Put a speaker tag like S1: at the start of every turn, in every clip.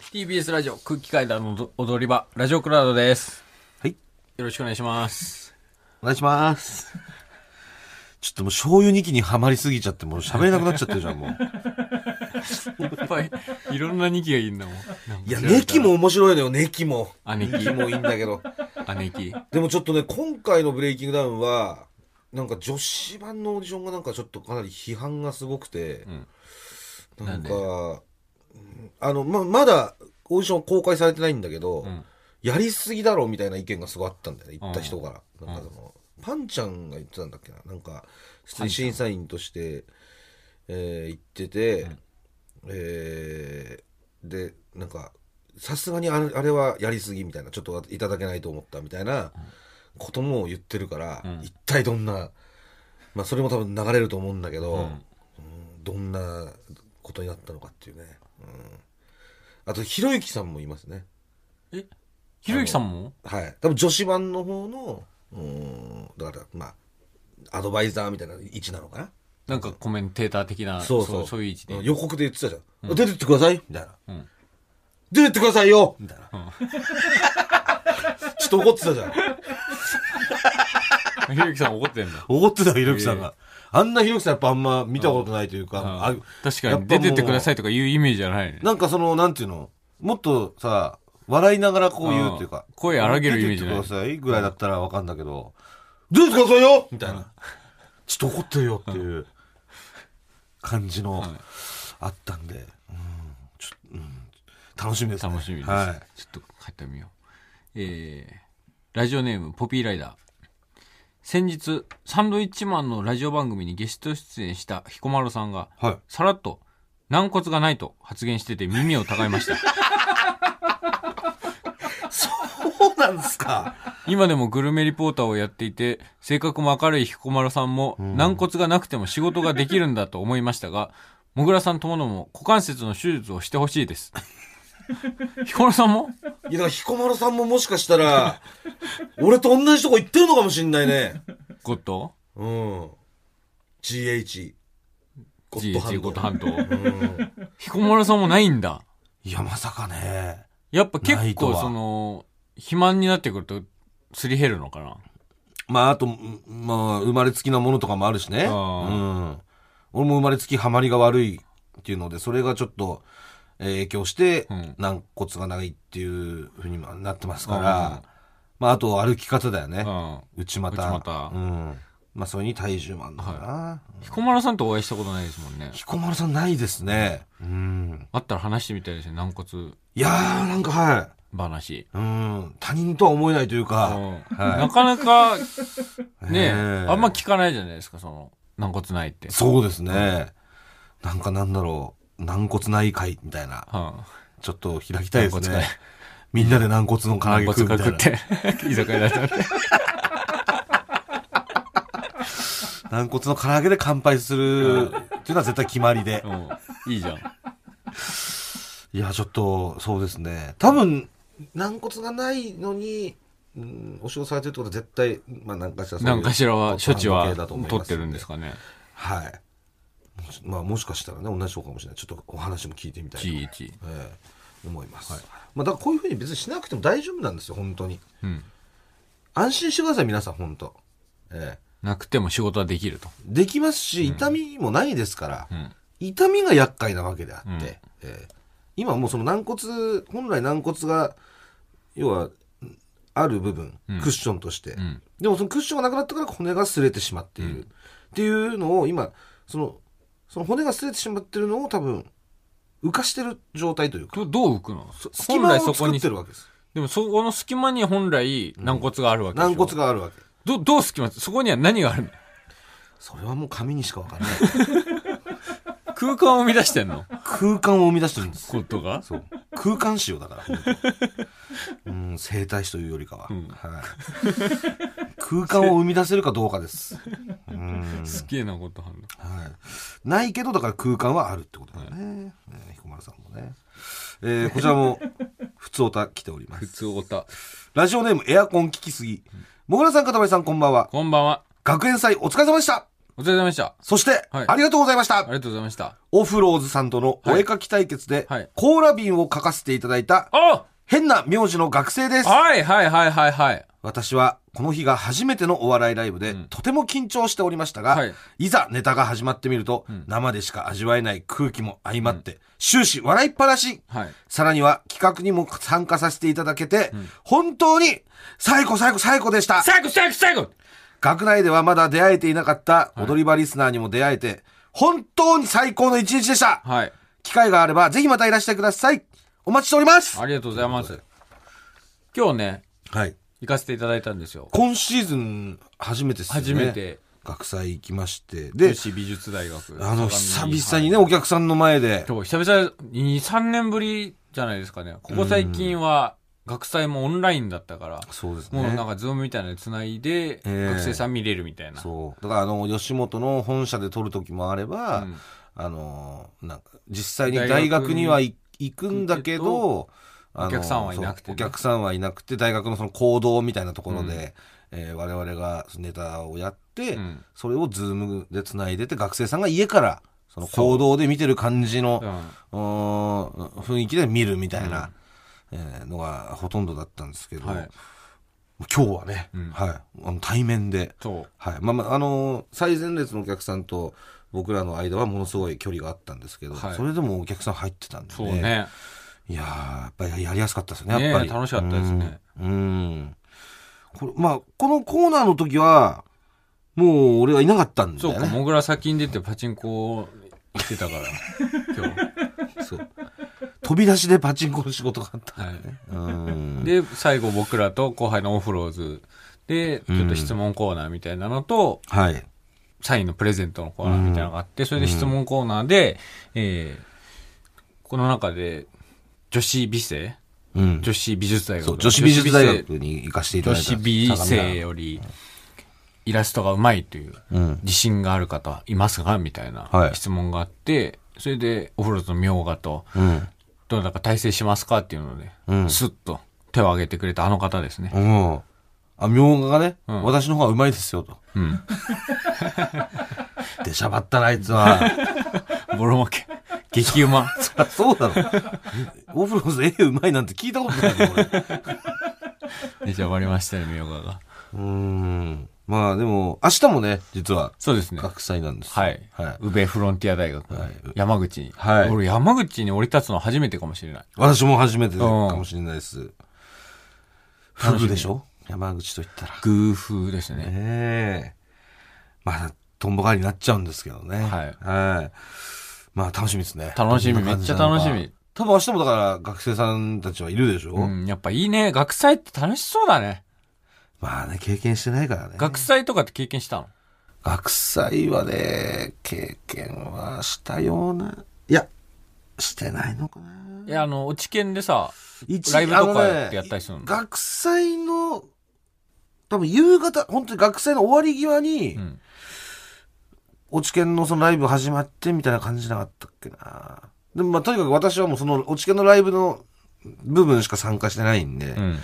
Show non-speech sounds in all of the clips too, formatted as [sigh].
S1: TBS ラジオ空気階段の踊り場、ラジオクラウドです。
S2: はい。
S1: よろしくお願いします。
S2: お願いします。ちょっともう醤油ニキにはまりすぎちゃって、もう喋れなくなっちゃってるじゃん、もう。
S1: いっぱい、いろんなニキがいるんだもん。
S2: いや、ネキも。面白いのよ、ネキも。
S1: あネ
S2: ネ
S1: キ
S2: キもいいんだ [laughs] けど。
S1: あ、ネキ。
S2: でもちょっとね、今回のブレイキングダウンは、なんか女子版のオーディションがなんかちょっとかなり批判がすごくて、
S1: ん
S2: なんか、
S1: な
S2: うんあの、ま、まだオーディションは公開されてないんだけど、
S1: ん
S2: やりすぎだろみたいな意見がすごいあったんだよね、言った人から。なんかその、パンちゃんが言ってたんだっけな、なんか、普通に審査員として、えー言ってて、えーでなんかさすがにあれあれはやりすぎみたいなちょっといただけないと思ったみたいなことも言ってるから、一体どんな、まあ、それも多分流れると思うんだけど、うんどんなことになったのかっていうね、うん、あとひろゆきさんもいますね
S1: えひろゆきさんも
S2: はい多分女子版の方のうんだからまあアドバイザーみたいな位置なのかな
S1: なんかコメンテーター的な、
S2: そうそう
S1: そういう位置で。
S2: 予告で言ってたじゃん、出てってくださいみたいな、
S1: ん
S2: 出てってくださいよみたいな、 [laughs] ちょっと怒ってたじゃん
S1: ひろゆきさん怒ってんだ。
S2: [laughs] 怒ってたひろゆきさんが、あんなひろゆきさんやっぱあんま見たことないというか、あ
S1: あ確か
S2: やっ
S1: に、
S2: ぱも
S1: 出て
S2: う
S1: ってくださいとかいうイメージじゃないね。
S2: なんかそのなんていうのもっとさ笑いながらこう言うっていうか
S1: うん声荒げるイメージ
S2: 出
S1: ない
S2: てってくださいぐらいだったらわかんだけど、出てってくださいよみたいな、ちょっと怒ってるよっていう感じの、あったんで、うんちょうん楽しみです、ね、
S1: 楽しみです。
S2: はい
S1: ちょっと書いてみよう。えー、ラジオネーム、ポピーライダー。先日、サンドイッチマンのラジオ番組にゲスト出演した彦摩呂さんが、
S2: はい
S1: さらっと、軟骨がないと発言してて耳を疑いま
S2: [laughs]
S1: した。
S2: そうなんですか。
S1: 今でもグルメリポーターをやっていて、性格も明るい彦摩呂さんも、軟骨がなくても仕事ができるんだと思いましたが、もぐらさんともども股関節の手術をしてほしい
S2: [laughs]
S1: です。彦摩呂さんも
S2: いや、だから彦摩呂さんももしかしたら、俺と同じとこ行ってるのかもしんないね。
S1: ゴッド
S2: うん。GH。ゴッドハ
S1: ?GH
S2: ンド
S1: ゴッドハンド。
S2: うん
S1: 彦摩呂さんもないんだ。
S2: いや、まさかね。
S1: やっぱ
S2: な
S1: 結
S2: いと
S1: 構
S2: は
S1: その、肥満になってくると、すり減るのかな。
S2: まあ、あと、うんまあ、生まれつきなものとかもあるしね。う
S1: あ
S2: ん。俺も生まれつきハマりが悪いっていうので、それがちょっと、えー影響して
S1: うん、
S2: 軟骨がないっていうふうにもなってますか
S1: うん
S2: ら、まあ、あと歩き方だよね。
S1: う
S2: 内股。
S1: 内股
S2: うん。まあ、それに体重もあるのかな。
S1: ん。彦摩呂さんとお会いしたことないですもんね。
S2: 彦摩呂さんないですね。うん。
S1: あったら話してみたいですね、軟骨
S2: いやー、なんかは
S1: 話。
S2: い。うん。他人とは思えないという
S1: う
S2: か。
S1: んなかなか、ね
S2: えー
S1: あんま聞かないじゃないですか、その、軟骨ないって。
S2: そうですね。なんかなんだろう。軟骨ない会みたいな。
S1: うん。
S2: ちょっと開きたいです
S1: 軟骨
S2: ね
S1: 会。
S2: みんなで軟骨の唐揚
S1: 軟
S2: げ
S1: 骨
S2: 食うみた
S1: が
S2: い
S1: 食
S2: な
S1: っ。て、 [laughs] 居酒屋だったって。
S2: [laughs] 軟骨の唐揚げで乾杯するっていうのは絶対決まりで
S1: う。ん。いいじゃん。
S2: いや、ちょっと、そうですね。多分、軟骨がないのに、うん、お仕事されてるってことは絶対、まあ、何かしらそういう
S1: 何かしらは、処置は
S2: 関係だと思い
S1: 取
S2: ま
S1: ってるんです
S2: か
S1: かね。
S2: はい。もしまあ、もしかしたらね、同じそうかもしれない。ちょっとお話も聞いてみたいな。
S1: GH。
S2: ええ思います。まあ、だからこういうふうに別にしなくても大丈夫なんですよ、本当に。
S1: うん。
S2: 安心してください、皆さん、本当。ええ
S1: なくても仕事はできると。
S2: できますし、痛みもないですから、
S1: うん。
S2: 痛みが厄介なわけであって、
S1: うん
S2: ええ今もうその軟骨、本来軟骨が、要は、ある部分、クッションとして、
S1: うん。
S2: でもそのクッションがなくなったから骨が擦れてしまっている。っていうのを今、その、その骨が擦れてしまってるのを多分、浮かしてる状態というか、
S1: どどう浮くの
S2: 隙間を作ってるわけです。
S1: でもそこの隙間に本来軟骨があるわけでしょ、
S2: 軟骨があるわけ。
S1: どどう隙間そこには何があるの
S2: それはもう紙にしかわからない。
S1: 空間を生み出してんの
S2: 空間を生み出してるんです。
S1: ことが
S2: そう。空間仕様だから本当に。うん、生態師というよりかは。
S1: うん
S2: はい、空間を生み出せるかどうかです。うん。
S1: すげえなことあんの
S2: はい。ないけど、だから空間はあるってことだよね。えー彦丸さんもね。えーこちらも、ふつおた来ておりま
S1: 普
S2: す。
S1: 通おた
S2: ラジオネームエアコン聞きすぎ。もぐらさん、かたまりさん、こんばんは。
S1: こんばんは
S2: 学園祭お疲れ様でした
S1: お疲れ様でした。
S2: そして、
S1: はい
S2: ありがとうございまし
S1: あ
S2: た
S1: りがとうございました。
S2: オフローズさんとのお絵かき対決で、
S1: はいはい
S2: コーラ瓶を書かせていただいた、
S1: あ
S2: 変な名字の学生です。
S1: はいはいはいはいはい。
S2: 私は、この日が初めてのお笑いライブで、とても緊張しておりましたが、
S1: はい
S2: い、ざネタが始まってみると、生でしか味わえない空気も相まって、終始笑いっぱなし。
S1: はい。
S2: さらには企画にも参加させていただけて、本当に最高最高最高でした。
S1: 最後最後最後
S2: 学内ではまだ出会えていなかった踊り場リスナーにも出会えて、本当に最高の一日でした。
S1: はい。
S2: 機会があればぜひまたいらしてください。お待ちしております。
S1: ありがとうございます。今日ね、
S2: はい。
S1: 行かせていただいたんですよ。
S2: 今シーズン初めてですよね。
S1: 初めて。
S2: 学祭行きまして。
S1: 女
S2: で、
S1: 子美術大学。
S2: あの、久
S1: 相模
S2: 々に
S1: はい
S2: ね、お客さんの前で。
S1: 今日久々、2、3年ぶりじゃないですかね。ここ最近は、学祭もオンラインだったから、
S2: そうです
S1: もう
S2: ね
S1: なん。かズームみたいなので繋いで、
S2: ええ
S1: 学生さん見れるみたいな。
S2: そう。だから、あの、吉本の本社で撮る時もあれば、
S1: うん
S2: あの、なんか、実際に大学には行行くんだけど、あの
S1: お客さんはいなくてね
S2: そうお客さんはいなくて、大学のその行動みたいなところで、えー我々がネタをやって、
S1: うん
S2: それをズームで繋いでて、学生さんが家から、その行動で見てる感じの、
S1: うん
S2: うーん雰囲気で見るみたいな、えーのがほとんどだったんですけど、
S1: はい
S2: 今日はね、
S1: ん
S2: はい、あの対面で、
S1: そう。
S2: はいまあまああのー最前列のお客さんと僕らの間はものすごい距離があったんですけど、
S1: はい
S2: それでもお客さん入ってたんで、
S1: そうね。
S2: いやーやっぱりやりやすかったですね
S1: ねえ
S2: やっぱり
S1: 楽しかったですね
S2: うんうんこれまあこのコーナーの時はもう俺はいなかったんだ
S1: そ
S2: よ
S1: う
S2: ね
S1: か、もぐら先に出てパチンコ行ってたから、今日。
S2: そう飛び出しでパチンコの仕事があ [laughs] った
S1: はい。
S2: うん
S1: で、最後僕らと後輩のオフローズで、ちょっと質問コーナーみたいなのと、
S2: はい
S1: サインのプレゼントのコーナーみたいなのがあって、それで質問コーナーで、えーこの中で、女子美生
S2: うん
S1: 女子美術大学
S2: そ
S1: の。
S2: う女子美術大学に行かせていた
S1: 女
S2: だいた
S1: 子
S2: ん
S1: 美
S2: です
S1: 女子美生より、イラストがうまいという
S2: うん
S1: 自信がある方いますかみたいな
S2: はい
S1: 質問があって、それでオフローズの明賀と、
S2: うん
S1: どなたか体制しますかっていうので、
S2: うん
S1: スッと手を挙げてくれたあの方ですね。
S2: うんあ明賀がね、
S1: ん
S2: 私の方がうまいですよと
S1: うん。
S2: でしゃばったなあいつ [laughs] は
S1: ボロ負け。激うま。
S2: そうだろオフロス絵うまいなんて聞いたことないもん俺
S1: で、じゃあ終わりましたね、みよがが。
S2: うんまあでも明日もね実は
S1: そうですね。
S2: 学祭なんです
S1: はい。
S2: はい
S1: 宇部フロンティア大学。
S2: はい
S1: 山口に。
S2: はい
S1: 俺、山口に降り立つの初めてかもしれない。
S2: 私も初めてかもしれないですフグでしょ山口と言ったら
S1: 偶風ですね。
S2: ねえ。まあ、トンボ狩りになっちゃうんですけどね。
S1: はい
S2: まあ、楽しみですね。
S1: 楽しみ
S2: どんな感じなのか
S1: めっちゃ楽しみ。
S2: 多分明日もだから学生さんたちはいるでしょ、
S1: うん、やっぱいいね。学祭って楽しそうだね。
S2: まあね、経験してないからね。
S1: 学祭とかって経験したの
S2: 学祭はね、経験はしたような。いや、してないのかな。
S1: いや、あの、落ち研でさ、
S2: 一
S1: ライブとか
S2: あのね
S1: ってやったりするの
S2: 学祭の、多分夕方、本当に学祭の終わり際に、
S1: うん。
S2: 落ち研のそのライブ始まってみたいな感じなかったっけな。でもまあとにかく私はもうその落ち研のライブの部分しか参加してないんで、
S1: うん。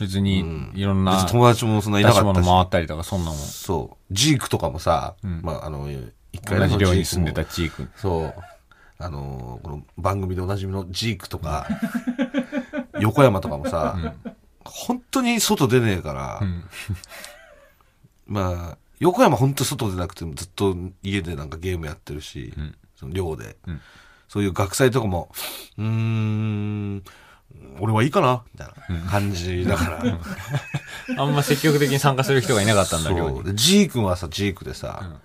S1: 別に、いろん
S2: 別
S1: な
S2: に友達もそんない
S1: 出
S2: な
S1: し
S2: かった
S1: 物
S2: し。
S1: 回ったりとか、そんなもん。
S2: そう。ジークとかもさ、
S1: ん
S2: まああの、一回
S1: 同
S2: ね
S1: じ寮に
S2: そ
S1: 住ん
S2: の
S1: で
S2: ジーク
S1: た
S2: も
S1: チー君。
S2: そう。あのーこの番組でおなじみのジークとか、 [laughs] 横山とかもさ、本当に外出ねえから、
S1: ん
S2: まあ、横山本当外出なくてもずっと家でなんかゲームやってるし、その寮で、
S1: ん
S2: そういう学祭とかも、うーん、俺はいいかなみたいな感じだから。
S1: あんま積極的に参加する人がいなかったんだけ
S2: そ
S1: ど
S2: う。。でジー君はさ、ジークでさ、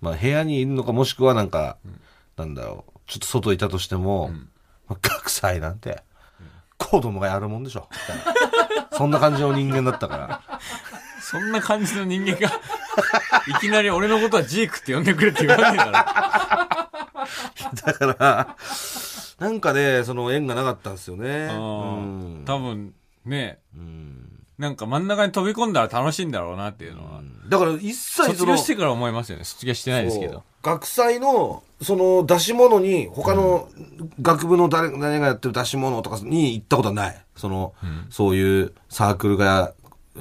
S2: まあ部屋にいるのかもしくはなんか、なんだろう、ちょっと外いたとしても、まあ、学祭なんて、子供がやるもんでしょ。 [laughs] みたいなそんな感じの人間だったから。
S1: そんな感じの人間が、 [laughs] いきなり俺のことはジークって呼んでくれって言わないだろ。
S2: だから、なんかね、その縁がなかったんですよね。うん
S1: 多分ね
S2: うん
S1: なんか真ん中に飛び込んだら楽しいんだろうなっていうのは、
S2: だから一切
S1: 卒業してから思いますよね卒業してないですけ
S2: そう
S1: ど
S2: 学祭のその出し物に他の学部の誰誰がやってる出し物とかに行ったことはないその、そういうサークルが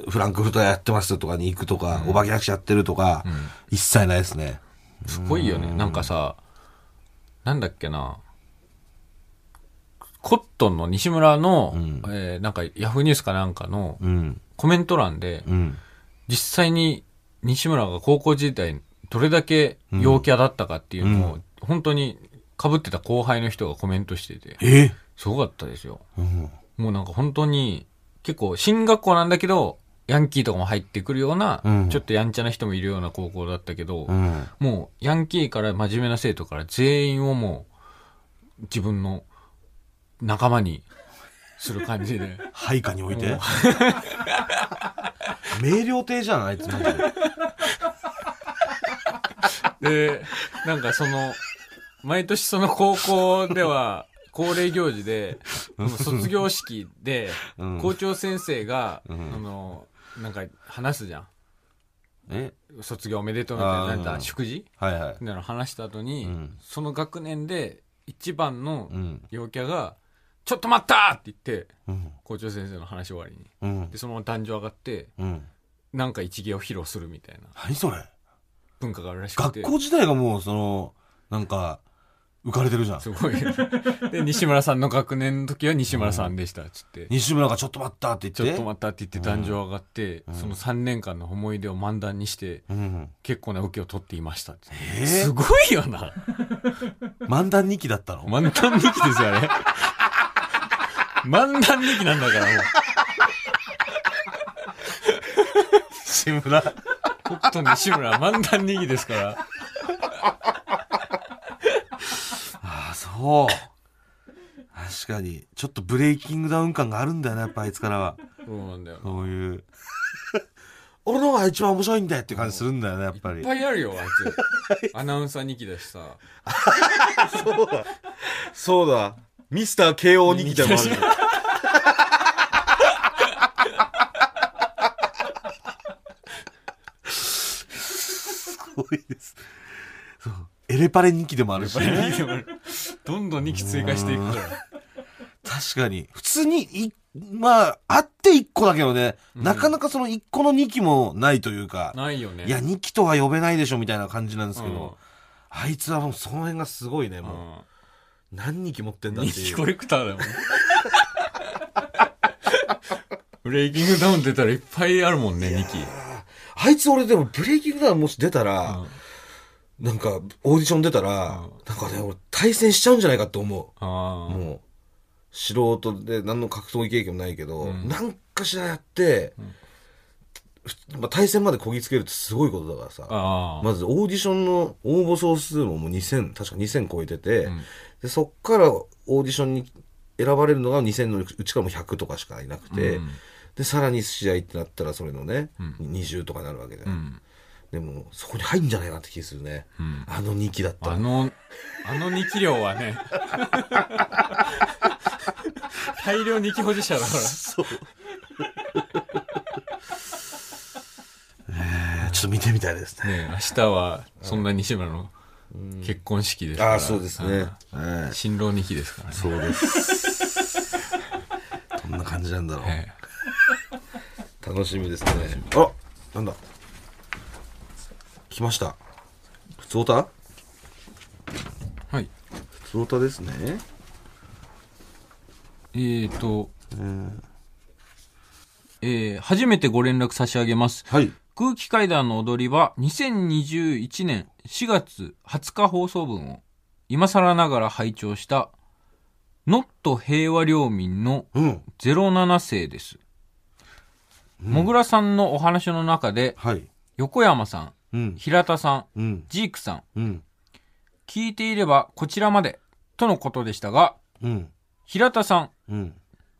S2: フランクフルトやってますとかに行くとか、お化け役者やってるとか、一切ないですね。
S1: すごいよね。なんかさ、なんだっけな。コットンの西村の、えーなんかヤフーニュースかなんかの
S2: うん。
S1: コメント欄で、
S2: うん。
S1: 実際に西村が高校時代どれだけ陽キャだったかっていうのを、本当に被ってた後輩の人がコメントしてて、
S2: え
S1: すごかったですよ。
S2: うん。
S1: もうなんか本当に、結構進学校なんだけど、ヤンキーとかも入ってくるような、
S2: うん
S1: ちょっとやんちゃな人もいるような高校だったけど、
S2: うん。
S1: もうヤンキーから真面目な生徒から全員をもう自分の仲間にする感じで。
S2: 配下に置い
S1: も
S2: [laughs]
S1: う。
S2: て明瞭亭じゃん、あいつマジで。
S1: [laughs] で、なんかその、毎年その高校では、恒例行事で、その卒業式で
S2: うん、
S1: 校長先生が、あ
S2: ん
S1: の、なんか話すじゃん。
S2: え
S1: 卒業おめでとうみたいな
S2: あ、ー
S1: なん
S2: う
S1: だ、
S2: ん
S1: 祝辞
S2: はいは
S1: み
S2: い。
S1: たいなの話した後に、
S2: うん
S1: その学年で一番の
S2: うん。
S1: 陽キャが、ちょっと待ったって言って、
S2: うん。
S1: 校長先生の話終わりに。
S2: うん
S1: で、。そのまま壇上上がって、
S2: うん。
S1: なんか一芸を披露するみたいな
S2: 何それ
S1: 文化があるらしくて。
S2: 学校自体がもう、その、なんか、浮かれてるじゃん。
S1: すごいよ。で、西村さんの学年の時は西村さんでした、つって。
S2: 西村がちょっと待ったって
S1: ちょ
S2: 言
S1: っ
S2: って。
S1: と待ったって言って壇上上がって、その3年間の思い出を漫談にして、
S2: うん。
S1: 結構な受けを取っていましたって。
S2: えー
S1: すごいよな。
S2: 漫談2期だ
S1: [laughs]
S2: ったの
S1: 漫談日記ですよ、あれ。漫談日記なんだから、もう。
S2: 西村。
S1: コットン西村、漫談日記ですから。
S2: ああ、そう。確かに。ちょっとブレイキングダウン感があるんだよね、やっぱあいつからは。
S1: そうなんだよ。
S2: そういう。俺の方が一番面白いんだよって感じするんだよね、やっぱ
S1: い
S2: り
S1: っ。ぱいあるよ、あい
S2: [laughs]
S1: つ。アナウンサー日記だしさ。
S2: そうだ。ミスター慶応
S1: 二期ちゃんもあるよ
S2: すごいです。そう。エレパレ2期でもあるしね、
S1: どんどん日記追加していくから。
S2: 確かに。普通に、い、まあ、あって1個だけどね、
S1: うん
S2: なかなかその1個の2期もないというか、
S1: ないよね。
S2: いや、2期とは呼べないでしょみたいな感じなんですけど、
S1: うん
S2: あいつはもうその辺がすごいね、
S1: う
S2: もう。
S1: ん
S2: 何日持ってんだって
S1: 日記
S2: いう。
S1: コレクターだもん。 [laughs] ブレイキングダウン出たらいっぱいあるもんね、日記。
S2: あいつ俺でもブレイキングダウンもし出たら、
S1: あ
S2: なんかオーディション出たら、
S1: うん
S2: なんかね、俺対戦しちゃうんじゃないかって思う。
S1: あー。
S2: もう、素人で何の格闘技経験もないけど、
S1: うん
S2: なんかしらやって、ふまあ、対戦までこぎつけるってすごいことだからさ。
S1: ああ。
S2: まずオーディションの応募総数ももう2000、確か2000超えてて、
S1: ん
S2: でそっからオーディションに選ばれるのが2000のうちからも100とかしかいなくて、
S1: うん
S2: で、さらに試合ってなったらそれのね、
S1: うん
S2: 20とかになるわけじゃ。
S1: うんん。
S2: でも、そこに入んじゃないかなって気するね。
S1: うん
S2: あの2期だった
S1: あ
S2: ら。
S1: の、あの日記量はね。 [laughs] 大量日記保持者だから。
S2: そう。えーちょっと見てみたいですね。
S1: ねえ明日は、そんな西村の結婚式ですから。
S2: ああ、そうですね。は
S1: あー。
S2: い。
S1: 新郎日記ですからね。
S2: そうです。どんな感じなんだろう。
S1: え
S2: 楽しみですねあなんだ来ました普通オタ
S1: えはい。
S2: 普通オタですね
S1: えーと、えー初めてご連絡差し上げます。
S2: はい
S1: 空気階段の踊り場2021年4月20日放送分を今更ながら拝聴したノット平和領民の
S2: うん
S1: 07世です。もぐらさんのお話の中で
S2: はい
S1: 横山さん、
S2: うん
S1: 平田さん、
S2: うん
S1: ジークさん、
S2: うん
S1: 聞いていればこちらまでとのことでしたが、
S2: うん
S1: 平田さん
S2: うん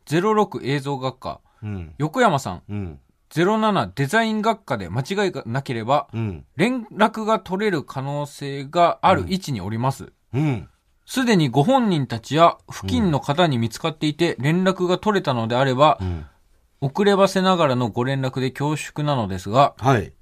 S1: 06映像学科、
S2: うん
S1: 横山さん
S2: うん
S1: 07デザイン学科で間違いがなければ
S2: うん
S1: 連絡が取れる可能性がある位置におります。
S2: うん
S1: すでにご本人たちや付近の方に見つかっていて連絡が取れたのであれば、
S2: ん
S1: 遅ればせながらのご連絡で恐縮なのですが、
S2: はい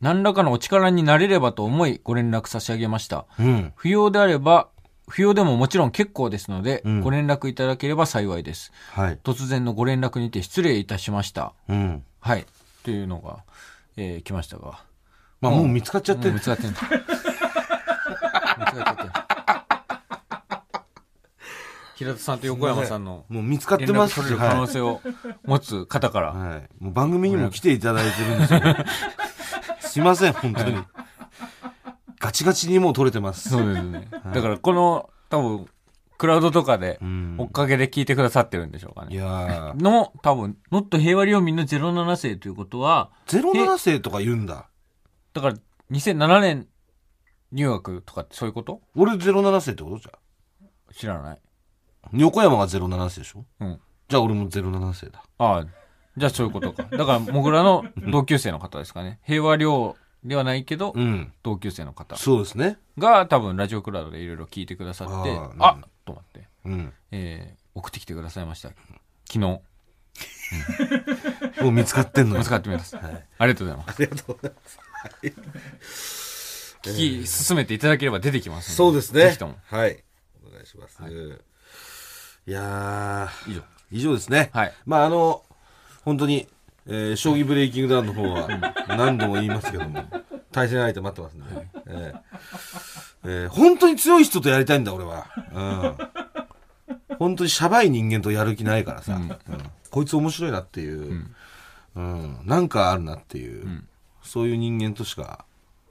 S1: 何らかのお力になれればと思いご連絡差し上げました。
S2: うん
S1: 不要であれば、不要でももちろん結構ですので、
S2: うん
S1: ご連絡いただければ幸いです。
S2: はい
S1: 突然のご連絡にて失礼いたしました。
S2: うん
S1: はい。っていうのが、えー来ましたが。
S2: まあもう見つかっちゃって
S1: もう
S2: る
S1: 見つ。かってんの見つかっちゃってんの平田さんと横山さんの
S2: もう見つかって
S1: 連
S2: ま
S1: 絡
S2: す
S1: 取
S2: し
S1: れる可能性を持つ方から、
S2: はい。はい。もう番組にも来ていただいてるん
S1: [laughs]
S2: ですよ。すいません、本当に。ガチガチにもう取れてます。
S1: そうですね。だからこの、多分、クラウドとかで
S2: う、ん
S1: 追っかけで聞いてくださってるんでしょうか
S2: い
S1: ね。
S2: やー。
S1: の、多分、ノット平和領民の07世ということは、
S2: 07世とか言うんだ。
S1: だから2007年入学とかってそういうこと
S2: 俺07世ってことじゃ
S1: 知らない。
S2: ん。横山が07世でしょ
S1: うん。
S2: じゃあ俺も07世だ。
S1: ああ、じゃあそういうことか。だから、モグラの同級生の方ですかね。平和寮ではないけど、
S2: うん。
S1: 同級生の方
S2: そうですね。
S1: が多分ラジオクラウドでいろいろ聞いてくださって、
S2: あ
S1: あ,、
S2: あうん
S1: と思って、
S2: うん。
S1: えー送ってきてくださいました。昨日、
S2: もう見つかってんのよ
S1: [laughs] 見つかってみます。
S2: はい。
S1: ありがとうございます。
S3: ありがとうございます。
S1: 聞き進めていただければ出てきますの
S3: そうです
S1: ぜ
S3: ね
S1: ひとも。。
S3: はい。お願いします。
S2: いや
S1: 以上。
S2: ー、以上ですね。
S1: はい。
S2: まああの、本当に、えー将棋ブレイキングダウンの方は何度も言いますけども、対戦相手待ってますんで、ねえーえー本当に強い人とやりたいんだ、俺は。うん。本当にシャバい人間とやる気ないからさ、うんこいつ面白いなっていう、うん、なんかあるなっていう、そういう人間としか、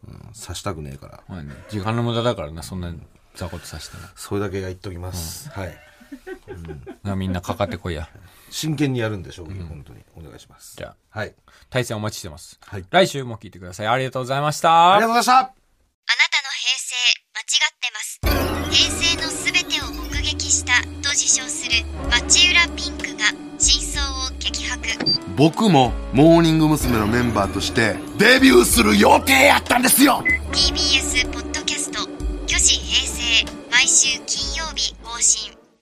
S2: うん、刺したくねえから、
S1: まあね、時間の無駄だからな、そんな雑魚とさしてな。
S2: それだけは言っときます。はい。
S1: まあみんなかかってこいや。
S2: 真剣にやるんで、将棋、本当に。お願いします。
S1: じゃあ、
S2: はい。
S1: 対戦お待ちしてます。
S2: はい
S1: 来週も聞いてください。ありがとうございまし
S2: あ
S1: た
S2: りがとう。ございました
S4: あなたの平成間違ってます平成のすべてを目撃したと自称する町浦ピンクが真相を激白
S5: 僕もモーニング娘。のメンバーとしてデビューする予定やったんですよ
S4: TBS ポッドキャスト「巨子平成」毎週金曜日更新